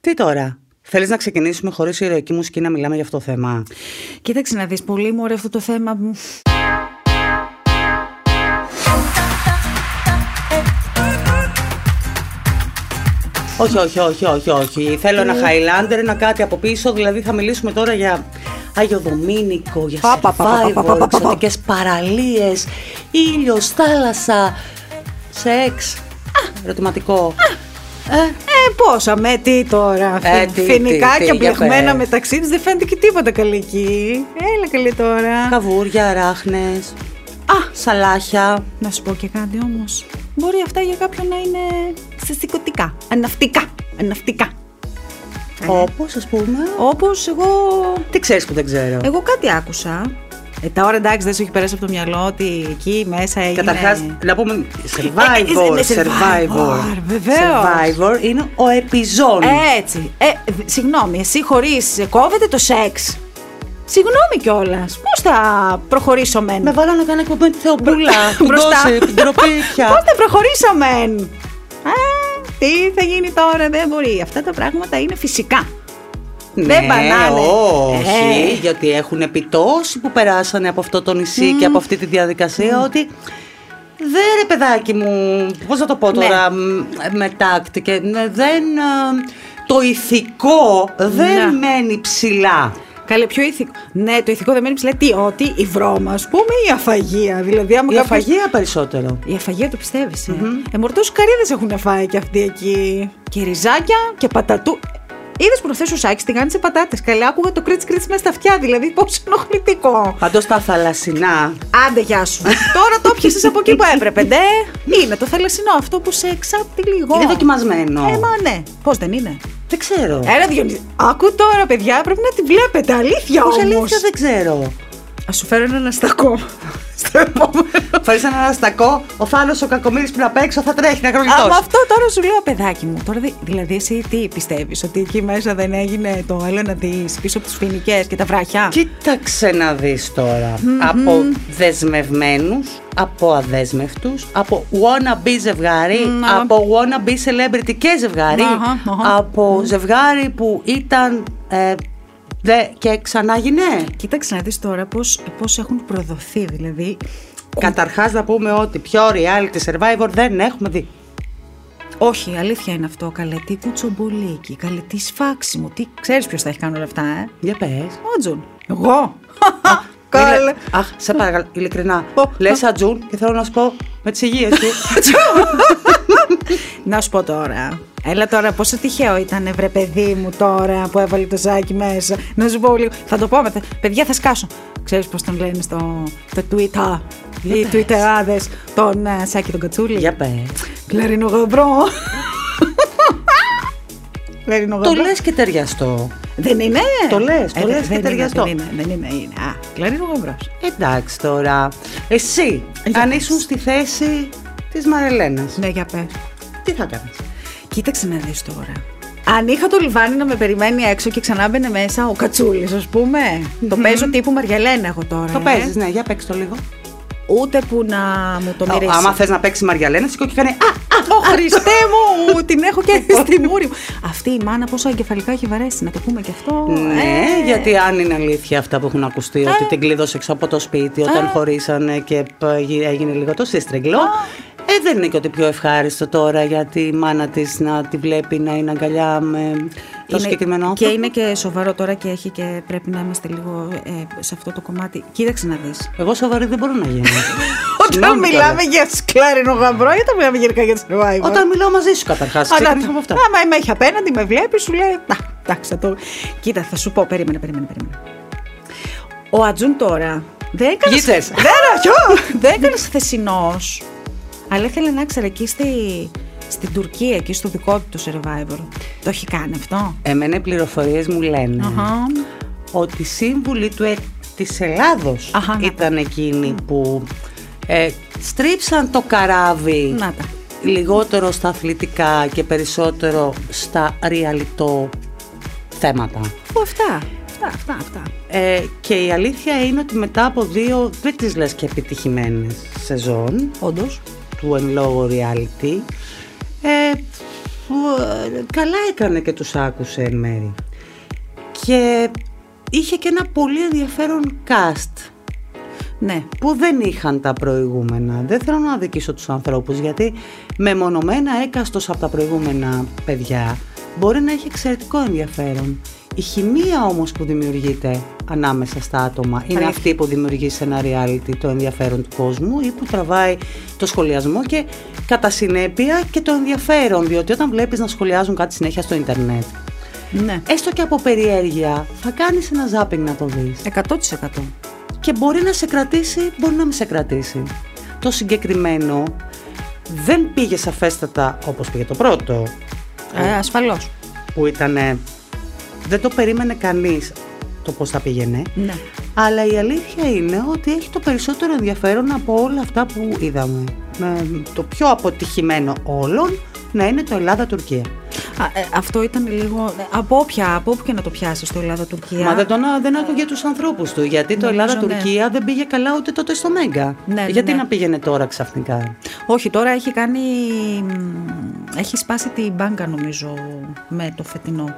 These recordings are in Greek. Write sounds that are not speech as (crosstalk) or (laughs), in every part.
Τι τώρα. Θέλεις να ξεκινήσουμε χωρίς ηρωική μουσική να μιλάμε για αυτό το θέμα. Κοίταξε να δεις, πολύ μου ωραίο αυτό το θέμα. μου. Όχι, όχι, όχι, όχι, όχι. Θέλω Ναι. ένα Highlander, ένα κάτι από πίσω. Δηλαδή θα μιλήσουμε τώρα για Άγιο Δομήνικο, για Πα, πα, πα, πα, πα, πα, survival, πα, πα. εξωτικές παραλίες, ήλιος, θάλασσα, σεξ. Ερωτηματικό. Ε, πόσα με, τι τώρα. Ε, τι, Φινικά τι, τι, και για μπλεγμένα πες. μεταξύ τους δεν φαίνεται και τίποτα καλή εκεί. Έλα καλή τώρα. Καβούρια, ράχνες, Α, σαλάχια. να σου πω και κάτι όμως. Μπορεί αυτά για κάποιον να είναι ξεσηκωτικά. Αναυτικά. Αναυτικά. Ε. Όπως ας πούμε. Όπως εγώ. Τι ξέρεις που δεν ξέρω. Εγώ κάτι άκουσα. Ε, τώρα εντάξει δεν σου έχει περάσει από το μυαλό ότι εκεί μέσα έγινε. Ε, Καταρχάς, να πούμε survivor, Ε, ε, ε, ε, ναι, survivor. survivor, βεβαίως. Survivor είναι ο επιζών. Έτσι. Ε, δ- συγγνώμη, εσύ χωρίς. Κόβεται το σεξ. Συγγνώμη κιόλας. Πώς θα προχωρήσω μεν. Με βάλανε να κάνω εκπομπή με τη (laughs) Θεοπούλα. την (laughs) Μπροστά. Gossip, την ντροπή (laughs) πια. Πώς θα προχωρήσω μεν. Α, τι θα γίνει τώρα, δεν μπορεί. Αυτά τα πράγματα είναι φυσικά. Δεν ναι, πανάνε. Όχι, Ε. γιατί έχουν πει τόσοι που περάσανε από αυτό το νησί και από αυτή τη διαδικασία ότι. Δεν ρε παιδάκι μου, πώς να το πω Ναι. τώρα, μ, με τάκτη και ναι, δεν, ε, το ηθικό δεν Ναι. μένει ψηλά. Καλέ, πιο ηθικό. Ναι, το ηθικό δεν μένει ψηλά. Τι, ότι η βρώμα, ας πούμε, ή η αφαγία. Δηλαδή, άμα Η κάποιος- αφαγία περισσότερο. Η αφαγία το πιστεύεις. Ε. Mm-hmm. καρύδες έχουν φάει και αυτοί εκεί. Και ριζάκια και πατατού. Είδες προχθέ ο Σάκης τι κάνει σε πατάτες. Καλά, άκουγα το κρίτσι κρίτσι μέσα στα αυτιά. Δηλαδή, πόσο ενοχλητικό. Πάντως τα θαλασσινά Άντε, γεια (laughs) σου. Τώρα το πιασε από εκεί που έπρεπε, ναι. Είναι το θαλασσινό αυτό που σε εξάπτει λίγο. είναι δοκιμασμένο. Ε. Ε, μα ναι. Πώς δεν είναι. Δεν ξέρω. Ένα Διονύση. Άκου τώρα, παιδιά, πρέπει να τη βλέπετε. Αλήθεια Πώς όμως. αλήθεια δεν ξέρω. Ας σου φέρω (laughs) έναν αστακό. Στο επόμενο. Φέρεις έναν αστακό, ο Θάνος ο Κακομύρης πριν απ' έξω θα τρέχει να κρολιτώσει. Αλλά αυτό τώρα σου λέω, παιδάκι μου. Τώρα, δη- δηλαδή, εσύ τι πιστεύεις, ότι εκεί μέσα δεν έγινε το άλλο να δει πίσω από τις φοινικέ και τα βράχια. Κοίταξε να δεις τωρα Από δεσμευμένους, από αδέσμευτους, από wannabe ζευγάρι, Μμμ, ναι. από wannabe celebrity και ζευγάρι, Αχα, αχα. από ζευγάρι που ήταν ε, δε, και ξανά γυναί. Κοίταξε να δεις τώρα πώς πώς έχουν προδοθεί, δηλαδή. Καταρχάς να πούμε ότι πιο reality survivor δεν έχουμε δει. Όχι, αλήθεια είναι αυτό. Καλέ, τι κουτσομπολίκι, καλέ, τι σφάξιμο. Τι ξέρεις ποιος θα έχει κάνει όλα αυτά, ε. Για πες. Ο Τζον. Εγώ. (laughs) Καλέ. Μιλέ- Αχ, σε παρακαλώ, ειλικρινά. Πω, Λες ατζούν και θέλω να σου πω με τις υγείες (laughs) σου. Να σου πω τώρα. Έλα τώρα, πόσο τυχαίο ήταν, βρε παιδί μου τώρα που έβαλε το ζάκι μέσα. Να σου πω λίγο. Θα το πω μετά. Παιδιά, θα σκάσω. Ξέρεις πώς τον λένε στο, στο Twitter. Οι Twitterάδε. Τον ε, Σάκη τον Κατσούλη. Για πες. Κλαρινογαμπρό. Το Κλαρινογαμπρό. λες και ταιριαστό. Δεν είναι. Το λες, το Ε, λες δεν και είναι, ταιριαστό. Δεν είναι, δεν είναι. είναι. Α, κλαρινογαμπρό. Εντάξει τώρα. Εσύ, Για αν πες. ήσουν στη θέση της Μαρελένας, Ναι, για πες. τι θα κάνεις. Ε. Κοίταξε να δεις τώρα. Αν είχα το λιβάνι να με περιμένει έξω και ξανά μπαινε μέσα ο Κατσούλης, ας πουμε Το παίζω τύπου Μαριαλένα εγώ τώρα. Το ε. παίζεις, ναι, για παίξτε το λίγο. Ούτε που να μου το Α, μυρίσει. Άμα θες να παίξεις Μαριαλένα, σηκώ και κάνει. Α! Ω, Χριστέ μου, την έχω (laughs) και στη μούρη μου. Αυτή η μάνα πόσα εγκεφαλικά έχει βαρέσει, να το πούμε και αυτό. Ναι, Ε. γιατί αν είναι αλήθεια αυτά που έχουν ακουστεί, ότι την κλείδωσε έξω από το σπίτι Ε. όταν χωρίσανε και π, γι- έγινε λίγο το σύστριγγλο. Ε, δεν είναι και ότι πιο ευχάριστο τώρα γιατί η μάνα της να τη βλέπει να είναι αγκαλιά με το Είναι- συγκεκριμένο Και άνθρωπο. είναι και σοβαρό τώρα και έχει και πρέπει να είμαστε λίγο ε, σε αυτό το κομμάτι. Κοίταξε να δεις. Εγώ σοβαρή δεν μπορώ να (laughs) γίνω. Όταν Συγγνώμη μιλάμε τώρα. για σκλάρινο γαμπρό ή όταν μιλάμε γενικά για survivor. Όταν μιλάω μαζί σου καταρχάς. Ξεκινήσαμε από αυτά. Άμα με έχει απέναντι, με βλέπει, σου λέει. «Να, Εντάξει, θα το. Κοίτα, θα σου πω. Περίμενε, περίμενε, περίμενε. Ο Ατζούν τώρα. Δεν έκανε. Γίτσες. Δεν έκανε. Δεν έκανε θεσινό. Αλλά ήθελε να ξέρει εκεί στη, στην Τουρκία, εκεί στο δικό του το survivor. Το έχει κάνει αυτό. Εμένα οι πληροφορίες μου λένε Αχα. ότι οι σύμβουλοι του, ε, της Ελλάδος Αχα, ναι. να ήταν εκείνοι που ε, στρίψαν το καράβι Να τα. λιγότερο στα αθλητικά και περισσότερο στα ρεαλιτό θέματα. Ω, Αυτά. Αυτά, αυτά, αυτά. Ε, και η αλήθεια είναι ότι μετά από δύο δεν τις λες και επιτυχημένες σεζόν Όντως. του εν λόγω reality ε, που ε, καλά έκανε και τους άκουσε εν μέρη. Και είχε και ένα πολύ ενδιαφέρον cast Ναι. που δεν είχαν τα προηγούμενα. Δεν θέλω να αδικήσω τους ανθρώπους γιατί μεμονωμένα έκαστος από τα προηγούμενα παιδιά μπορεί να έχει εξαιρετικό ενδιαφέρον. Η χημεία όμως που δημιουργείται ανάμεσα στα άτομα είναι Αλήθεια. αυτή που δημιουργεί σε ένα reality το ενδιαφέρον του κόσμου ή που τραβάει το σχολιασμό και κατά συνέπεια και το ενδιαφέρον διότι όταν βλέπεις να σχολιάζουν κάτι συνέχεια στο ίντερνετ Ναι. έστω και από περιέργεια θα κάνεις ένα ζάπινγκ να το δεις 100%. και μπορεί να σε κρατήσει, μπορεί να μην σε κρατήσει. Το συγκεκριμένο δεν πήγε σαφέστατα όπως πήγε το πρώτο, Ε, Ασφαλώς. που ήταν δεν το περίμενε κανείς το πώς θα πήγαινε, Ναι. αλλά η αλήθεια είναι ότι έχει το περισσότερο ενδιαφέρον από όλα αυτά που είδαμε. Με το πιο αποτυχημένο όλων να είναι το Ελλάδα-Τουρκία. Α, ε, αυτό ήταν λίγο. ε, Από όποια, από όπου και να το πιάσεις το Ελλάδα-Τουρκία. Μα δεν, τον, δεν άκουγε τους ανθρώπους του, γιατί το Νομίζω, Ελλάδα-Τουρκία δεν πήγε καλά ούτε τότε στο Μέγκα. Ναι, ναι, γιατί ναι. να πήγαινε τώρα ξαφνικά. Όχι, τώρα έχει κάνει. μ, Έχει σπάσει την μπάνκα, νομίζω, με το φετινό.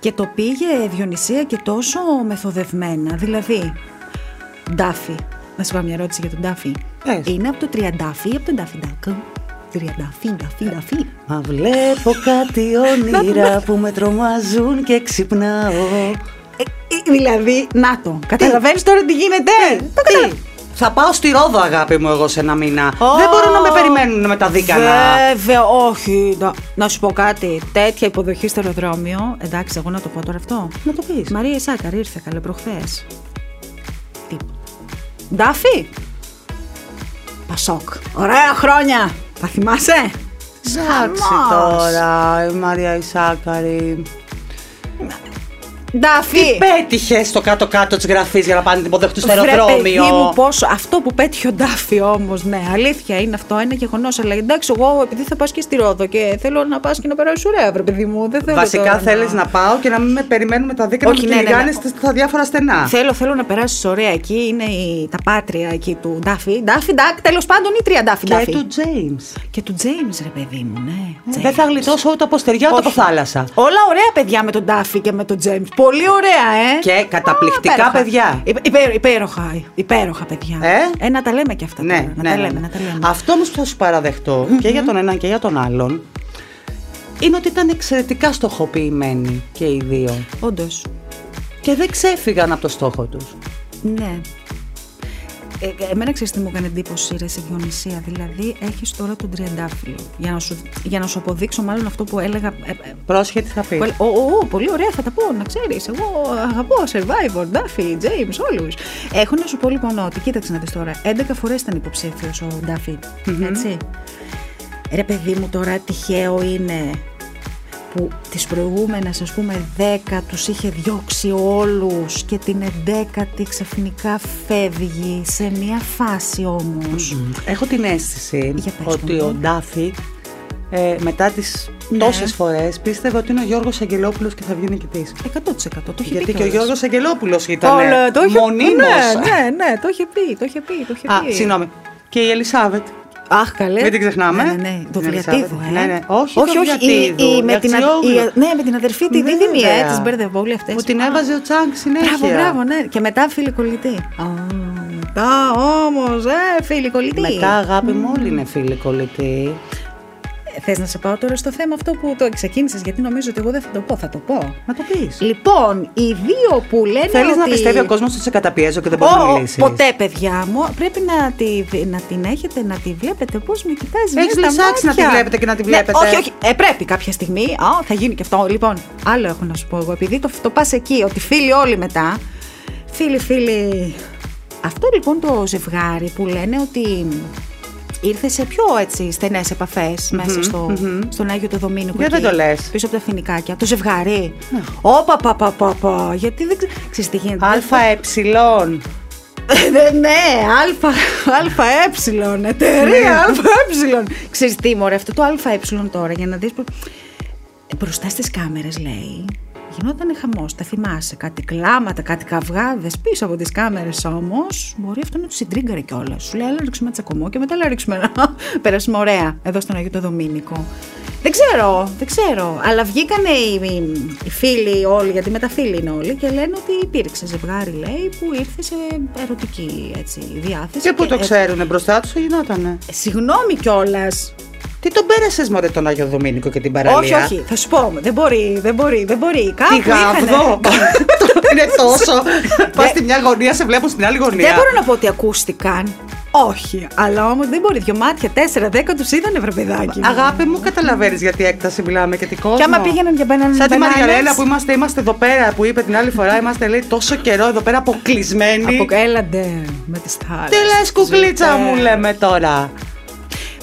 Και το πήγε Διονυσία και τόσο μεθοδευμένα. Δηλαδή, Ντάφη. Να σου κάνω μια ερώτηση για τον Ντάφη. Πες. Είναι από το Τριαντάφη ή από τον Ντάφη Ντάκ. Τριαντάφη, Ντάφη, Ντάφη. Μα βλέπω κάτι όνειρα που με τρομάζουν και ξυπνάω. Ε, ε, δηλαδή, να το. Καταλαβαίνεις τώρα τι γίνεται. Ε, Το καταλαβαίνω. Θα πάω στη Ρόδο, αγάπη μου, εγώ σε ένα μήνα. Δεν μπορούν να με περιμένουν με τα δίκανα. Βέβαια, όχι. Να, να σου πω κάτι. Τέτοια υποδοχή στο αεροδρόμιο. Εντάξει, εγώ να το πω τώρα αυτό. Να το πεις. Μαρία Ισάκαρη ήρθε καλέ προχθές. Τι. Ντάφι. Πασόκ. Ωραία χρόνια. Τα θυμάσαι. Εντάξει Χαμός. τώρα, η Μαρία Ισάκαρη. Ντάφι. Ε. Πέτυχες στο κάτω-κάτω της γραφής για να πάνε την υποδεχτού στο Βρε, παιδί μου, αεροδρόμιο. πόσο. Αυτό που πέτυχε ο Ντάφι όμως, ναι, αλήθεια είναι αυτό, ένα γεγονός. Αλλά εντάξει, εγώ επειδή θα πας και στη Ρόδο και θέλω να πας και να περάσεις ωραία, βρε παιδί μου. Δεν θέλω Βασικά τώρα θέλεις να πάω και να μην με περιμένουν με τα δίκανα Όχι, που ναι, ναι, ναι. κυνηγάνε στα- στα διάφορα στενά. Θέλω, θέλω να περάσεις ωραία εκεί. Είναι η, τα πάτρια εκεί του Ντάφι. Ντάφι, Ντάκ, τέλος πάντων ή τρία Ντάφι. Και Ντάφι. του James. Και του Τζέιμ, ρε παιδί μου, ναι. Δεν θα γλιτώσω ούτε από στεριά ούτε από Όχι. θάλασσα. Όλα ωραία παιδιά με τον Ντάφι και με τον Τζέιμ. Πολύ ωραία, ε! Και καταπληκτικά Α, υπέροχα. παιδιά. Υπε- υπέρο- υπέροχα, υπέροχα παιδιά. Ε? να τα λέμε και αυτά. Ναι, τώρα, να, ναι, τα ναι, λέμε, ναι. να τα λέμε. Αυτό όμως που θα σου παραδεχτω και για τον έναν και για τον άλλον είναι ότι ήταν εξαιρετικά στοχοποιημένοι και οι δύο. Όντως. Και δεν ξέφυγαν από το στόχο τους. Ναι. Ε, εμένα ξέρεις τι μου έκανε εντύπωση, ρε σε Διονυσία. Δηλαδή, έχεις τώρα τον τριαντάφυλλο. Για να, σου, για να σου αποδείξω, μάλλον αυτό που έλεγα ε, ε, Πρόσχετη θα πεις. Πολύ, ο, ο, πολύ ωραία θα τα πω, να ξέρεις. Εγώ αγαπώ Survivor, Duffy, James, όλους. Έχω να σου πω λοιπόν ότι, κοίταξε να δεις τώρα, 11 φορές ήταν υποψήφιος ο νταφι Έτσι. Ρε παιδί μου, τώρα τυχαίο είναι που τις προηγούμενες ας πούμε 10 τους είχε διώξει όλους και την 11η ξαφνικά φεύγει σε μια φάση όμως. Έχω την αίσθηση Για πες ότι μου. ο Ντάφη ε, μετά τις Ναι. τόσες φορές πίστευε ότι είναι ο Γιώργος Αγγελόπουλος και θα βγει νικητής. 100% το είχε Γιατί και πει ο κιόλας. Γιώργος Αγγελόπουλος ήταν Όλο, το είχε- μονίμως. Ναι, ναι, ναι, το είχε πει, το είχε πει, το είχε Α, πει. συγγνώμη. Και η Ελισάβετ. Αχ, καλέ. Μην την ξεχνάμε. Ναι, ναι, ναι. Το Ναι, Βουλιατίδου, Ελισάβετ. ε. Ναι, ναι. Όχι το όχι, όχι. Η, Βουλιατίδου, η- με η την, α- Αξιόγλου. η- ναι, με την αδερφή τη Βέβαια. δίδυμη, ε. Τις μπέρδευα όλοι αυτές. Που την Α, έβαζε ο Τσάνκ συνέχεια. Μπράβο, μπράβο, ναι. Και μετά φίλη κολλητή. Α, Μετά όμως, ε, φίλη κολλητή. Μετά, αγάπη μου, όλοι είναι φίλοι κολλητοί. Ε, Θες να σε πάω τώρα στο θέμα αυτό που το ξεκίνησες, γιατί νομίζω ότι εγώ δεν θα το πω, θα το πω. Να το πεις. Λοιπόν, οι δύο που λένε Θέλεις ότι... να πιστεύει ο κόσμος ότι σε καταπιέζω και δεν μπορεί Ω, να ω, μιλήσεις. Ποτέ, παιδιά μου. Πρέπει να, τη, να την έχετε, να τη βλέπετε. Πώς με κοιτάζει, Έχεις μέσα στα λυσάξει να τη μάτια. βλέπετε και να τη Ναι, βλέπετε. όχι, όχι. Ε, πρέπει κάποια στιγμή. Α, θα γίνει και αυτό. Λοιπόν, άλλο έχω να σου πω εγώ. Επειδή το, το πας εκεί, ότι φίλοι όλοι μετά. Φίλοι, φίλοι. Αυτό λοιπόν το ζευγάρι που λένε ότι ήρθε σε πιο έτσι στενές επαφές μέσα στο, στον Άγιο το Δομήνικο. Γιατί δεν εκεί, το λες? Ναι. Πίσω από τα φινικάκια. Το ζευγάρι. Όπα, πα, πα, πα, πα. Γιατί δεν ξε- ξέρεις τι γίνεται. ΑΕ. Ε, ναι, αλφα, αλφα έψιλον, εταιρεία αλφα έψιλον. Ξέρεις ε τι μωρέ, αυτό το αλφα έψιλον τώρα για να δεις που... Ε, Μπροστά στις Ε, κάμερες λέει, γινόταν χαμός. Τα θυμάσαι. Κάτι κλάματα, κάτι καυγάδες πίσω από τις κάμερες όμως. Μπορεί αυτό να τους συντρίγκαρε κιόλας. Σου λέει, Ελά, ρίξουμε ένα τσακωμό και μετά, Ελά, ρίξουμε ένα. (laughs) Περάσουμε ωραία εδώ στον Αγίου το Δομήνικο. Δεν ξέρω, δεν ξέρω. Αλλά βγήκανε οι, οι- οι φίλοι όλοι, γιατί με τα φίλοι είναι όλοι, και λένε ότι υπήρξε ζευγάρι, λέει, που ήρθε σε ερωτική έτσι, διάθεση. Και πού το ε, ξέρουνε μπροστά τους, γινότανε. Συγγνώμη κιόλας. Τι τον πέρασες μωρέ τον Άγιο Δομήνικο και την παραλία. Όχι, όχι, θα σου πω. Δεν μπορεί, δεν μπορεί, δεν μπορεί. Κάπου Τι είχανε- (laughs) γαβδό. Είναι τόσο. Πας στη μια γωνία, σε βλέπουν στην άλλη γωνία. Δεν μπορώ να πω ότι ακούστηκαν. Όχι, αλλά όμως δεν μπορεί. Δυο μάτια, τέσσερα, δέκα τους είδανε, βρε παιδάκι. μου. Αγάπη μου, καταλαβαίνεις γιατί έκταση μιλάμε και τι κόσμο. Και άμα πήγαιναν για μπαίνανε Σαν τη μπανάνες. Μαργαρέλα που είμαστε, είμαστε εδώ πέρα που είπε την άλλη φορά, είμαστε λέει τόσο καιρό εδώ πέρα αποκλεισμένοι. Από έλαντε με τις θάλασσε. Τι λες, κουκλίτσα μου λέμε τώρα.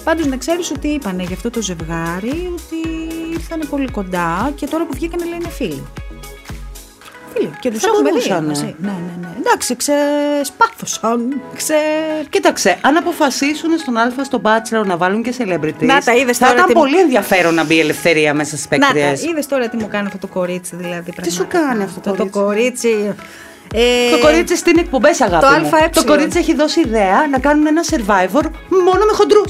Πάντως να ξέρεις ότι είπανε για αυτό το ζευγάρι ότι ήρθαν πολύ κοντά και τώρα που βγήκανε λέει είναι φίλοι. Φίλοι. Και τους Θα έχουμε δει. μπορούσανε. μαζί. Ναι, ναι, ναι. Εντάξει, ξεσπάθωσαν. Ξε... Κοίταξε, αν αποφασίσουν στον Α στον Bachelor να βάλουν και celebrities. Να τα είδες Θα τώρα ήταν τι- πολύ ενδιαφέρον να μπει η ελευθερία μέσα στις Να τα, παίκτριες. είδες τώρα τι μου κάνει αυτό το κορίτσι δηλαδή. Τι σου κάνει αυτό το Το κορίτσι. Ε, Το κορίτσι στην εκπομπές, αγάπη. το μου. ΑΕ. Το κορίτσι έχει δώσει ιδέα να κάνουν ένα survivor μόνο με χοντρούς.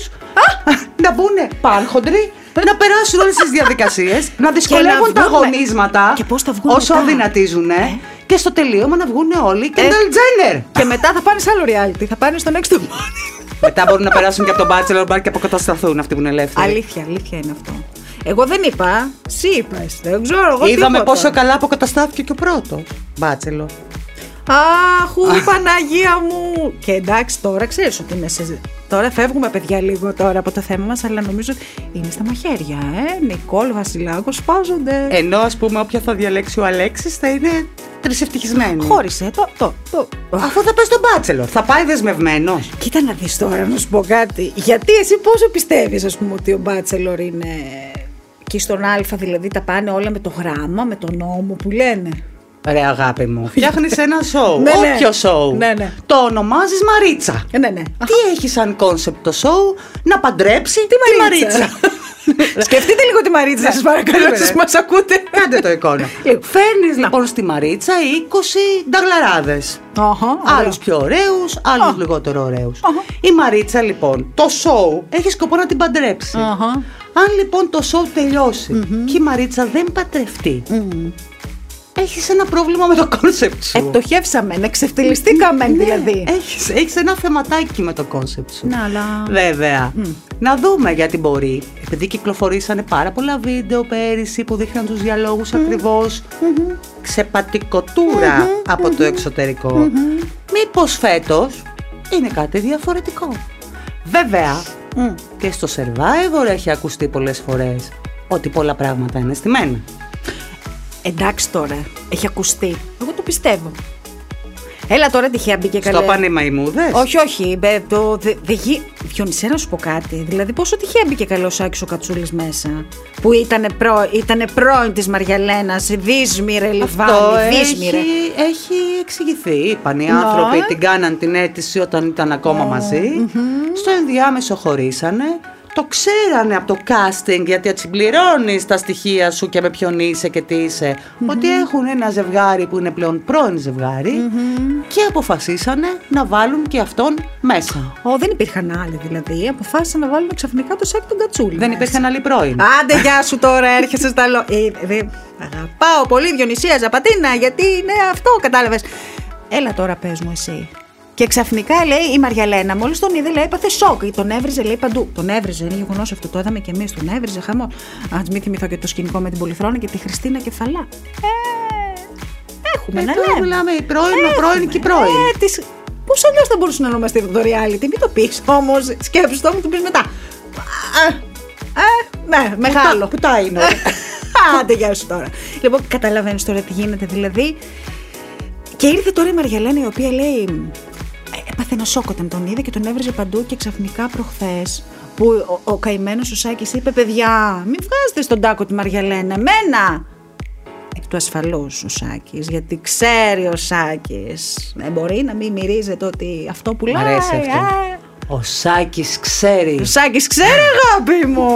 (laughs) να μπουνε πανχοντροί, να περάσουν όλες τις διαδικασίες, (laughs) να δυσκολεύουν να τα βγούνε. αγωνίσματα Και πώς θα βγουν όσο μετά. αδυνατίζουν. Και στο τελείωμα να βγουν όλοι και Ε. Τζένερ. Και μετά θα πάνε σε άλλο reality. Θα πάνε στο next one. Μετά μπορούν να περάσουν και από τον Bachelor Bar και αποκατασταθούν αυτοί που είναι ελεύθεροι. αλήθεια, αλήθεια είναι αυτό. Εγώ δεν είπα. Συ είπα, εσύ, δεν ξέρω. Εγώ Είδαμε τίποτα. πόσο καλά αποκαταστάθηκε και ο πρώτος Bachelor. Αχ, Παναγία μου! Και εντάξει, τώρα ξέρεις ότι είναι σε. Τώρα φεύγουμε, παιδιά, λίγο τώρα από το θέμα μας, αλλά νομίζω ότι είναι στα μαχαίρια, ε. Νικόλ, Βασιλάκος, σπάζονται. Ενώ ας πούμε όποια θα διαλέξει ο Αλέξης θα είναι τρισευτυχισμένη. Χώρισε. Το, το, το. Α, Αφού θα πας στον Bachelor, θα πάει δεσμευμένο. Κοίτα να δεις τώρα να σου πω κάτι. Γιατί εσύ πόσο πιστεύεις ας πούμε ότι ο Μπάτσελορ είναι και στον Α δηλαδή τα πάνε όλα με το γράμμα, με τον νόμο που λένε. Ρε αγάπη μου, φτιάχνεις ένα σοου. Ναι, ναι. Όποιο σοου. Ναι, ναι. Το ονομάζεις Μαρίτσα. Ε, ναι, ναι. Τι έχεις σαν κόνσεπτ το σοου να παντρέψει τη Μαρίτσα. Σκεφτείτε λίγο τη Μαρίτσα, σας παρακαλώ, Βέβαια. σας μας ακούτε. Κάντε το εικόνα. (laughs) Λοιπόν. Φέρνεις λοιπόν στη Μαρίτσα 20 νταγλαράδε. Αχα, Άλλους πιο ωραίους, άλλους Α. λιγότερο ωραίους. Αχα. Η Μαρίτσα λοιπόν, το σοου έχει σκοπό να την παντρέψει. Αχα. Αν λοιπόν το σοου τελειώσει και η Μαρίτσα δεν παντρευτεί, έχεις ένα πρόβλημα με το κόνσεπτ Ε, σου. Επτοχεύσαμε, να ξεφτυλιστήκαμε δηλαδή. Έχεις, έχεις ένα θεματάκι με το κόνσεπτ σου. Να, ναι, αλλά- Βέβαια. Να δούμε γιατί μπορεί. Επειδή κυκλοφορήσανε πάρα πολλά βίντεο πέρυσι που δείχναν τους διαλόγους ακριβώς ξεπατικοτούρα από το εξωτερικό. Μήπως φέτος είναι κάτι διαφορετικό. Βέβαια, Μμ. και στο Survivor έχει ακουστεί πολλές φορές ότι πολλά πράγματα είναι στημένα. Εντάξει τώρα, έχει ακουστεί. Εγώ το πιστεύω. Έλα τώρα τυχαία μπήκε Στο καλέ. πάνε οι μαϊμούδες. Όχι, όχι. Μπε, το, δε, δε, γι- Διονυσέ, να σου πω κάτι. Δηλαδή, πόσο τυχαία μπήκε καλός Άκης ο Κατσούλης μέσα. Που ήταν προ, ήτανε πρώην της Μαργιαλένας, δύσμηρε, λιβάνι, δύσμηρε. έχει, έχει εξηγηθεί. Είπαν οι Ναι. άνθρωποι, την κάναν την αίτηση όταν ήταν ακόμα μαζί. Στο ενδιάμεσο χωρίσανε. Το ξέρανε από το casting γιατί έτσι πληρώνεις τα στοιχεία σου και με ποιον είσαι και τι εισαι Ότι έχουν ένα ζευγάρι που είναι πλέον πρώην ζευγάρι και αποφασίσανε να βάλουν και αυτόν μέσα. Ω, δεν υπήρχαν άλλοι δηλαδή. Αποφάσισαν να βάλουν ξαφνικά το Σάκη τον Κατσούλη. Δεν μέσα. υπήρχαν άλλοι πρώην. Άντε, γεια σου τώρα, έρχεσαι στα λό. Ε, δε- Αγαπάω πολύ Διονυσία Ζαπατίνα, γιατί είναι αυτό, κατάλαβες. Έλα τώρα, πες μου εσύ. Και ξαφνικά λέει η Μαριαλένα, μόλις τον είδε, λέει, έπαθε σοκ. Τον έβριζε, λέει παντού. Τον έβριζε, είναι γεγονός αυτό. Το είδαμε και εμείς. Τον έβριζε, χαμό. Ας μην θυμηθώ και το σκηνικό με την Πολυθρόνα και τη Χριστίνα Κεφαλά. Ε, έχουμε Ε, να τώρα λέμε. μιλάμε οι πρώην, ο πρώην και οι πρώην. ναι, Ε, τις... Πώς αλλιώς θα μπορούσε να ονομαστεί το reality, μην το πεις όμως. Σκέψου το μου, το πεις μετά. Ε, ε, ναι, μεγάλο. Ε. Που τα είναι. όλα. Άντε, γεια σου τώρα. Λοιπόν, καταλαβαίνεις τώρα τι γίνεται, δηλαδή. Και ήρθε τώρα η Μαργιαλένα η οποία λέει. «Ε, Έπαθε ένα σοκ όταν τον είδε και τον έβριζε παντού και ξαφνικά προχθές. Που ο, ο καημένος ο Σάκης είπε: Παιδιά, μην βγάζετε στον τάκο τη Μαργιαλένα, εμένα! Εκ του ασφαλούς ο Σάκης, γιατί ξέρει ο Σάκης. Ε, μπορεί να μην μυρίζεται ότι αυτό που λέει. Μ' αρέσει αυτό. ε, Ο Σάκης ξέρει. ο Σάκης ξέρει αγάπη μου.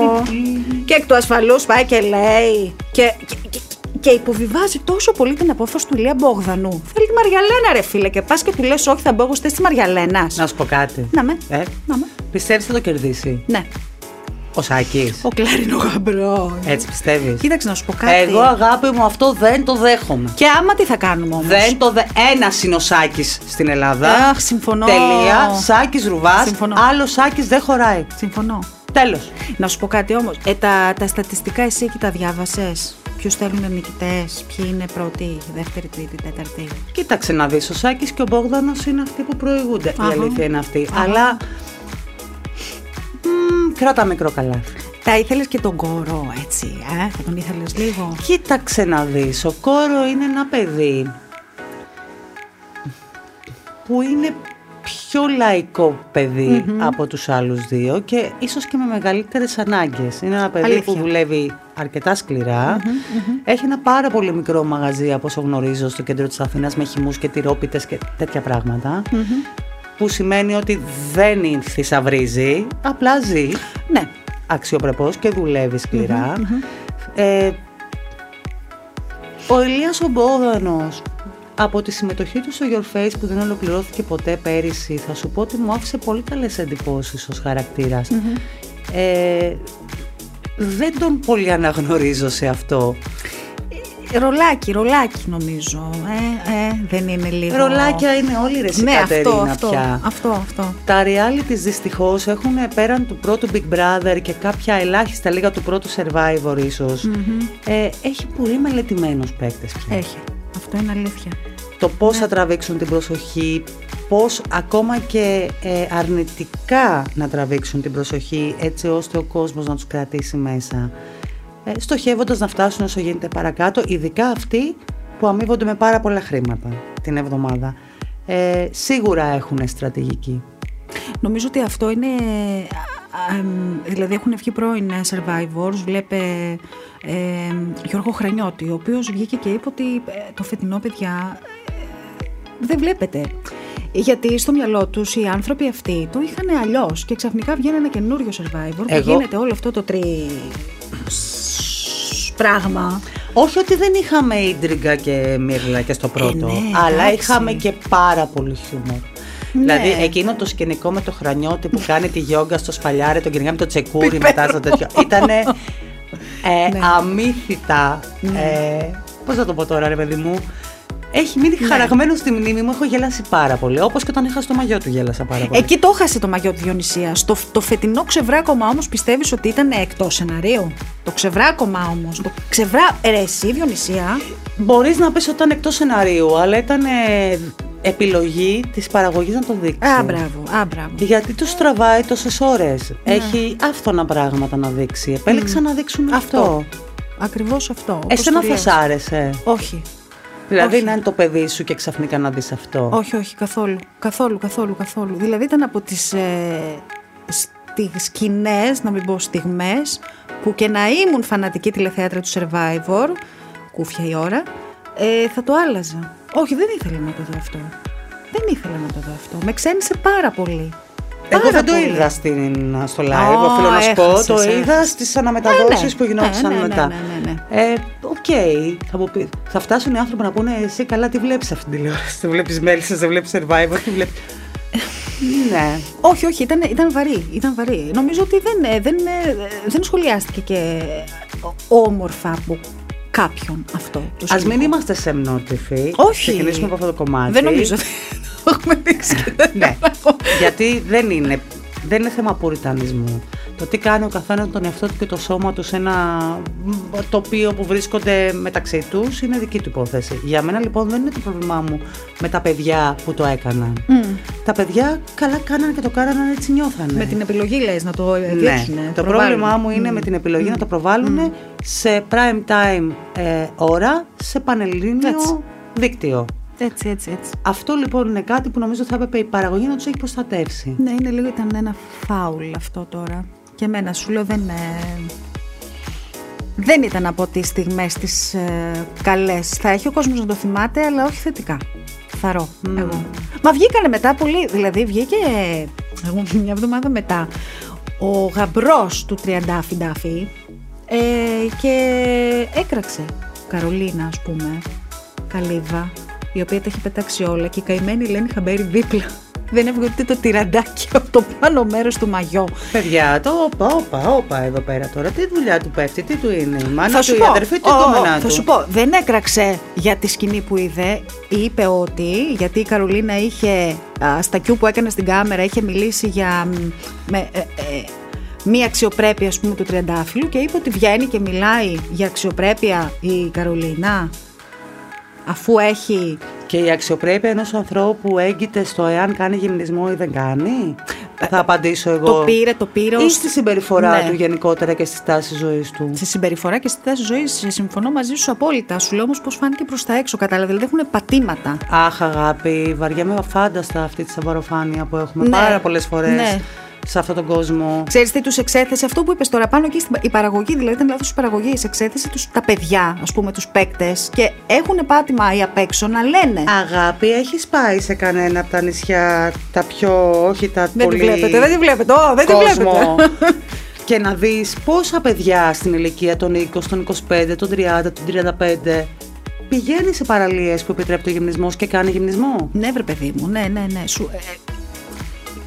και εκ του ασφαλούς πάει και λέει. Και, και, και- και υποβιβάζει τόσο πολύ την απόφαση του Ηλία Μπογδανού. Θέλει τη Μαριαλένα, ρε φίλε, και πας και του λες: Όχι, θα μπω εγώ στη Μαριαλένας. Να σου πω κάτι. Να με. Ε, Να με. πιστεύεις θα το κερδίσει. Ναι. Ο Σάκης. Ο κλαρινό γαμπρός. Έτσι πιστεύεις. Κοίταξε να σου πω κάτι. Εγώ αγάπη μου αυτό δεν το δέχομαι. Και άμα τι θα κάνουμε όμως. Δεν το δε... Ένα είναι ο Σάκης στην Ελλάδα. Αχ, συμφωνώ. Τελεία. Σάκης Ρουβάς. Συμφωνώ. Άλλο Σάκης δεν χωράει. Συμφωνώ. Τέλος. Να σου πω κάτι όμως. Ε, τα, τα στατιστικά εσύ εκεί τα διάβασες. Ποιους θέλουν νικητές, ποιοι είναι πρώτοι, δεύτεροι, τρίτη, τέταρτη. Κοίταξε να δεις, ο Σάκης και ο Μπόγδανος είναι αυτοί που προηγούνται. Αχα. Η αλήθεια είναι αυτή. Αχα. Αλλά μ, κράτα μικρό καλά. Τα ήθελες και τον κόρο, έτσι. Ε? Θα τον ήθελες λίγο. Κοίταξε να δεις, ο Κόρο είναι ένα παιδί που είναι πιο λαϊκό παιδί από τους άλλους δύο και ίσως και με μεγαλύτερες ανάγκες. Είναι ένα παιδί που Αλήθεια. δουλεύει αρκετά σκληρά. Έχει ένα πάρα πολύ μικρό μαγαζί από όσο γνωρίζω στο κέντρο της Αθήνας με χυμούς και τυρόπιτες και τέτοια πράγματα, Που σημαίνει ότι δεν θησαυρίζει, απλά ζει Ναι. αξιοπρεπώς και δουλεύει σκληρά. Ε, ο Ηλίας ο Μπόδανος, από τη συμμετοχή του στο Your Face που δεν ολοκληρώθηκε ποτέ πέρυσι, θα σου πω ότι μου άφησε πολύ καλές εντυπώσεις ως χαρακτηρας Ε, δεν τον πολύ αναγνωρίζω σε αυτό. Ρολάκι, ρολάκι νομίζω. Ε, ε, δεν είναι λίγο. Ρολάκια είναι όλοι ρε εσύ, Ναι, αυτό, Κατερίνα, αυτό, πια. αυτό, αυτό. Τα reality δυστυχώς έχουν πέραν του πρώτου Big Brother και κάποια ελάχιστα λίγα του πρώτου Survivor ισως ε, έχει πολύ μελετημένους παίκτες πια. Έχει. Αυτό είναι αλήθεια. Το πώς θα τραβήξουν την προσοχή, πώς ακόμα και ε, αρνητικά να τραβήξουν την προσοχή έτσι ώστε ο κόσμος να τους κρατήσει μέσα. Ε, στοχεύοντας να φτάσουν όσο γίνεται παρακάτω, ειδικά αυτοί που αμείβονται με πάρα πολλά χρήματα την εβδομάδα. Ε, σίγουρα έχουν στρατηγική. Νομίζω ότι αυτό είναι. α, εμ, Δηλαδή έχουν βγει πρώην ε, survivors, βλέπε ε, Γιώργο Χρανιώτη, ο οποίος βγήκε και είπε ότι ε, το φετινό παιδιά ε, δεν βλέπετε. Γιατί στο μυαλό τους οι άνθρωποι αυτοί το είχαν αλλιώς και ξαφνικά βγαίνει ένα καινούριο survivor που Εγώ- γίνεται όλο αυτό το τρι. πράγμα. Όχι ότι δεν είχαμε ίντριγκα και μύρλα και στο πρώτο, ναι, αλλά εντάξει. είχαμε και πάρα πολύ χιούμορ. Ναι. Δηλαδή εκείνο το σκηνικό με το χρανιώτη που κάνει τη γιόγκα στο σπαλιάρι, τον κυνηγά με το τσεκούρι μετά στο τέτοιο. Ήτανε ε, (laughs) Ναι. αμύθιτα, ε, πώς να το πω τώρα ρε παιδί μου, έχει μείνει χαραγμένο στη μνήμη μου, έχω γελάσει πάρα πολύ, όπως και όταν είχα στο μαγιό του γέλασα πάρα πολύ. Εκεί το χάσε το μαγιό τη Διονυσία. Το, το φετινό ξεβράκωμα όμως πιστεύεις ότι ήταν εκτός σεναρίου. Το ξεβράκωμα όμως. Το ξεβρά. Ρε, εσύ, Διονυσία. Μπορείς να πεις ότι ήταν εκτός σεναρίου, αλλά ήταν ε, επιλογή της παραγωγής να το δείξει. Α, μπράβο, α, μπράβο. Γιατί τους τραβάει τόσες ώρες. Ναι. Έχει άφθονα πράγματα να δείξει. Επέλεξαν να δείξουν αυτό. Ακριβώς αυτό. όπως Εσένα το θα λες. σ' άρεσε. Όχι. Δηλαδή Όχι. να είναι το παιδί σου και ξαφνικά να δεις αυτό. Όχι, όχι, καθόλου. Καθόλου, καθόλου, καθόλου. Δηλαδή ήταν από τις ε, στι- σκηνές, να μην πω στιγμές, που και να ήμουν φανατική τηλεθέατρα του Survivor, κούφια η ώρα, ε, θα το άλλαζα. Όχι, δεν ήθελα να το δω αυτό. Δεν ήθελα να το δω αυτό. Με ξένησε πάρα πολύ. Εγώ Πάρα δεν το πολύ. είδα στην, στο Α, live, οφείλω να σου πω. έχασες, Το έχασες. είδα στι αναμεταδόσει Ε, ναι. που γινόντουσαν Ε, ναι, ναι, μετά. ναι, ναι, Ε, Οκ, θα, μου πει- θα φτάσουν οι άνθρωποι να πούνε εσύ καλά τι βλέπεις αυτή την τηλεόραση. Δεν βλέπει Μέλισσα, δεν βλέπει Survivor, τι βλέπεις. ναι. Όχι, όχι, ήταν, ήταν βαρύ. Ήταν βαρύ. Νομίζω ότι δεν, ε, δεν, ε, δεν σχολιάστηκε και ε, όμορφα από κάποιον αυτό. το Ας σκηνικό. μην είμαστε σεμνότυφοι. Όχι. Ξεκινήσουμε από αυτό το κομμάτι. Δεν νομίζω ότι το έχουμε δείξει και δεν Ναι. έχω. Γιατί δεν είναι, δεν είναι θέμα πουριτανισμού. Το τι κάνει ο καθένας τον εαυτό του και το σώμα του σε ένα μ, τοπίο που βρίσκονται μεταξύ τους είναι δική του υπόθεση. Για μένα λοιπόν δεν είναι το πρόβλημά μου με τα παιδιά που το έκαναν. Τα παιδιά καλά κάνανε και το κάνανε έτσι νιώθανε. Με την επιλογή λες να το ναι. δείξουν. Το πρόβλημά μου είναι με την επιλογή να το προβάλλουν σε prime time ε, ώρα σε πανελλήνιο Έτσι. δίκτυο. Έτσι, έτσι, έτσι. Αυτό λοιπόν είναι κάτι που νομίζω θα έπρεπε η παραγωγή να τους έχει προστατεύσει. Ναι, είναι λίγο, ήταν ένα φάουλ αυτό τώρα. Και εμένα σου λέω δεν... ε, Δεν ήταν από τις στιγμές τις ε, καλές. Θα έχει ο κόσμος να το θυμάται, αλλά όχι θετικά. Θαρώ, εγώ. Μα βγήκανε μετά πολύ, δηλαδή βγήκε ε, εγώ, (laughs) μια εβδομάδα μετά ο γαμπρός του Τριαντάφη Ντάφη ε, και έκραξε. Καρολίνα, ας πούμε, Καλύβα, η οποία τα έχει πετάξει όλα και η καημένη Ελένη Χαμπέρι δίπλα. Δεν έβγαλε ούτε το τυραντάκι από το πάνω μέρος του μαγιό. Παιδιά, το όπα, όπα, όπα εδώ πέρα τώρα. Τι δουλειά του πέφτει, τι του είναι η μάνα Θα σου του, η πω, αδερφή του, η ο, ο, κόμενά θα του. σου πω, δεν έκραξε για τη σκηνή που είδε. Είπε ότι, γιατί η Καρολίνα είχε, α, στα κιού που έκανε στην κάμερα, είχε μιλήσει για μ, με, ε, ε, μία αξιοπρέπεια, ας πούμε, του Τριαντάφυλλου και είπε ότι βγαίνει και μιλάει για αξιοπρέπεια η Καρολίνα, αφού έχει... Και η αξιοπρέπεια ενός ανθρώπου έγκυται στο εάν κάνει γυμνισμό ή δεν κάνει. θα απαντήσω εγώ. Το πήρε, το πήρε Ή ως- στη συμπεριφορά Ναι. του γενικότερα και στη στάση ζωής του. Στη συμπεριφορά και στη τάση ζωή συμφωνώ μαζί σου απόλυτα. Σου λέω όμως πώς φάνηκε προς τα έξω, κατάλαβα. Δηλαδή έχουν πατήματα. Αχ, αγάπη, βαριέμαι φάνταστα αυτή τη σαμπαροφάνεια που έχουμε Ναι. πάρα πολλές φορές Ναι. σε αυτόν τον κόσμο. Ξέρεις τι τους εξέθεσε, αυτό που είπες τώρα πάνω εκεί, στην- η παραγωγή, δηλαδή ήταν λάθος η παραγωγή, εξέθεσε τους, τα παιδιά, ας πούμε, τους παίκτες και έχουν πάτημα οι απ' έξω να λένε. Αγάπη, έχεις πάει σε κανένα από τα νησιά, τα πιο, όχι τα δεν πολύ. τη βλέπετε, δεν τη βλέπετε. Ω, δεν τη κόσμο. βλέπετε. Ε, (laughs) και να δεις πόσα παιδιά στην ηλικία των 20, των 25, των 30, των 35 πηγαίνει σε παραλίες που επιτρέπει το γυμνισμός και κάνει γυμνισμό. (laughs) ναι, βρε παιδί μου, ναι, ναι, ναι. Σου, ε,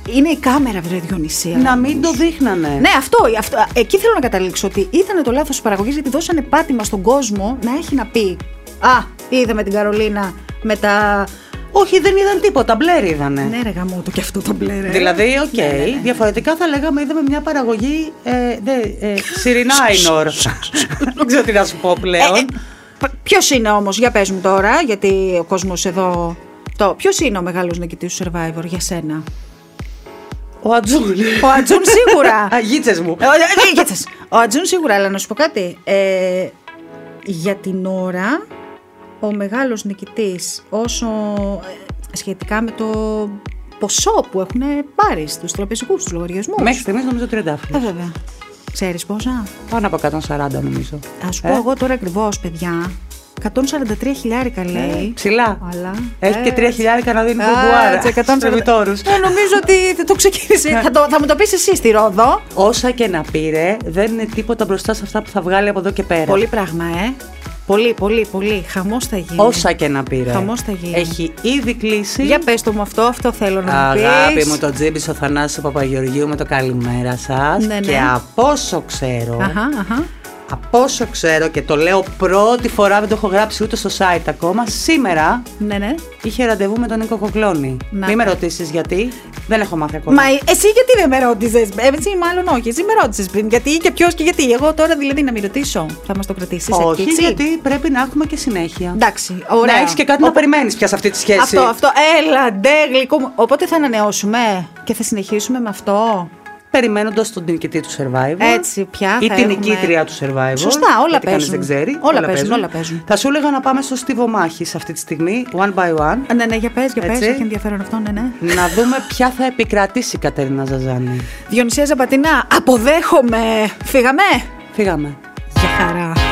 είναι η κάμερα, βρε Διονυσία. Να μην το δείχνανε. Ναι, αυτό, αυτό. Εκεί θέλω να καταλήξω ότι ήταν το λάθος της παραγωγής γιατί δώσανε πάτημα στον κόσμο να έχει να πει Α, είδαμε την Καρολίνα με τα. Όχι, δεν είδαν τίποτα, μπλερ είδανε. Ναι, ρε γαμότο και αυτό το μπλε, ρε. Δηλαδή, οκ, Ναι, ναι, ναι. διαφορετικά θα λέγαμε είδαμε μια παραγωγή ε, δε, ε, (laughs) Σιρινάινορ. Δεν ξέρω τι να σου πω Ε, ε, πλέον. Ποιος είναι όμως, για πες μου τώρα, γιατί ο κόσμος εδώ. Το, ποιος είναι ο μεγάλος νικητής του survivor για σένα, Ο Ατζούν. Ο Ατζούν (laughs) σίγουρα. Αγίτσες μου. Ε, ο- ε, ε, κάτσε. ο Ατζούν σίγουρα, αλλά να σου πω κάτι. Ε, για την ώρα, ο μεγάλος νικητής, όσο. ε, σχετικά με το ποσό που έχουν πάρει στους τραπεζικούς του λογαριασμούς. Μέχρι στιγμής νομίζω 30 Ε, βέβαια. Ξέρεις πόσα. Πάνω από 140 νομίζω. Ας σου Ε. πω εγώ τώρα ακριβώς, παιδιά. 143 χιλιάρικα λέει. Ε, ψηλά. Αλλά, Έχει και ε, τρία χιλιάρικα να δίνει Α, μπουμπουάρα έτσι, 140. στους μητόρους. Ε, νομίζω ότι θα το ξεκίνησε. θα, το, θα μου το πεις εσύ στη Ρόδο. Όσα και να πήρε, δεν είναι τίποτα μπροστά σε αυτά που θα βγάλει από εδώ και πέρα. Πολύ πράγμα, ε. Πολύ, πολύ, πολύ. Χαμός θα γίνει. Όσα και να πήρε. Χαμός θα γίνει. Έχει ήδη κλείσει. Για πες το μου αυτό, αυτό θέλω να μου πεις. Αγάπη μου, το τζίμπι ο Θανάσης ο Παπαγεωργίου με το καλημέρα σας. Ναι, ναι. Και από όσο ξέρω, Αχα, αχα. από όσο ξέρω και το λέω πρώτη φορά, δεν το έχω γράψει ούτε στο site ακόμα, σήμερα Ναι, ναι. είχε ραντεβού με τον Νίκο Κοκλώνη. Να. Μην με ρωτήσεις γιατί, δεν έχω μάθει ακόμα. Μα ε- εσύ γιατί δεν με ρώτησες. Εσύ, μάλλον όχι. Εσύ με ρώτησες πριν. Γιατί και ποιος και γιατί. Εγώ τώρα δηλαδή να μην ρωτήσω. Θα μας το κρατήσεις. Όχι, γιατί πρέπει να έχουμε και συνέχεια. Εντάξει, ωραία. Να έχεις και κάτι να περιμένεις πια σε αυτή τη σχέση. Αυτό, αυτό. Έλα, ντε, γλυκό μου. Οπότε θα ανανεώσουμε και θα συνεχίσουμε με αυτό. Περιμένοντας τον νικητή του survivor. Έτσι, πια Ή θα την έχουμε- νικήτρια του survivor. Σωστά, όλα γιατί κανείς παίζουν. δεν ξέρει. Όλα παίζουν, όλα παίζουν. Θα σου έλεγα να πάμε στο στίβο μάχης αυτή τη στιγμή, one by one, Α, Ναι, ναι, για πες, για πες, Έτσι. έχει ενδιαφέρον αυτό, ναι, ναι. να δούμε ποια θα επικρατήσει η Κατερίνα Ζαζάνη. Διονυσία Ζαπατινά, αποδέχομαι. Φύγαμε. Φύγαμε. Για χαρά.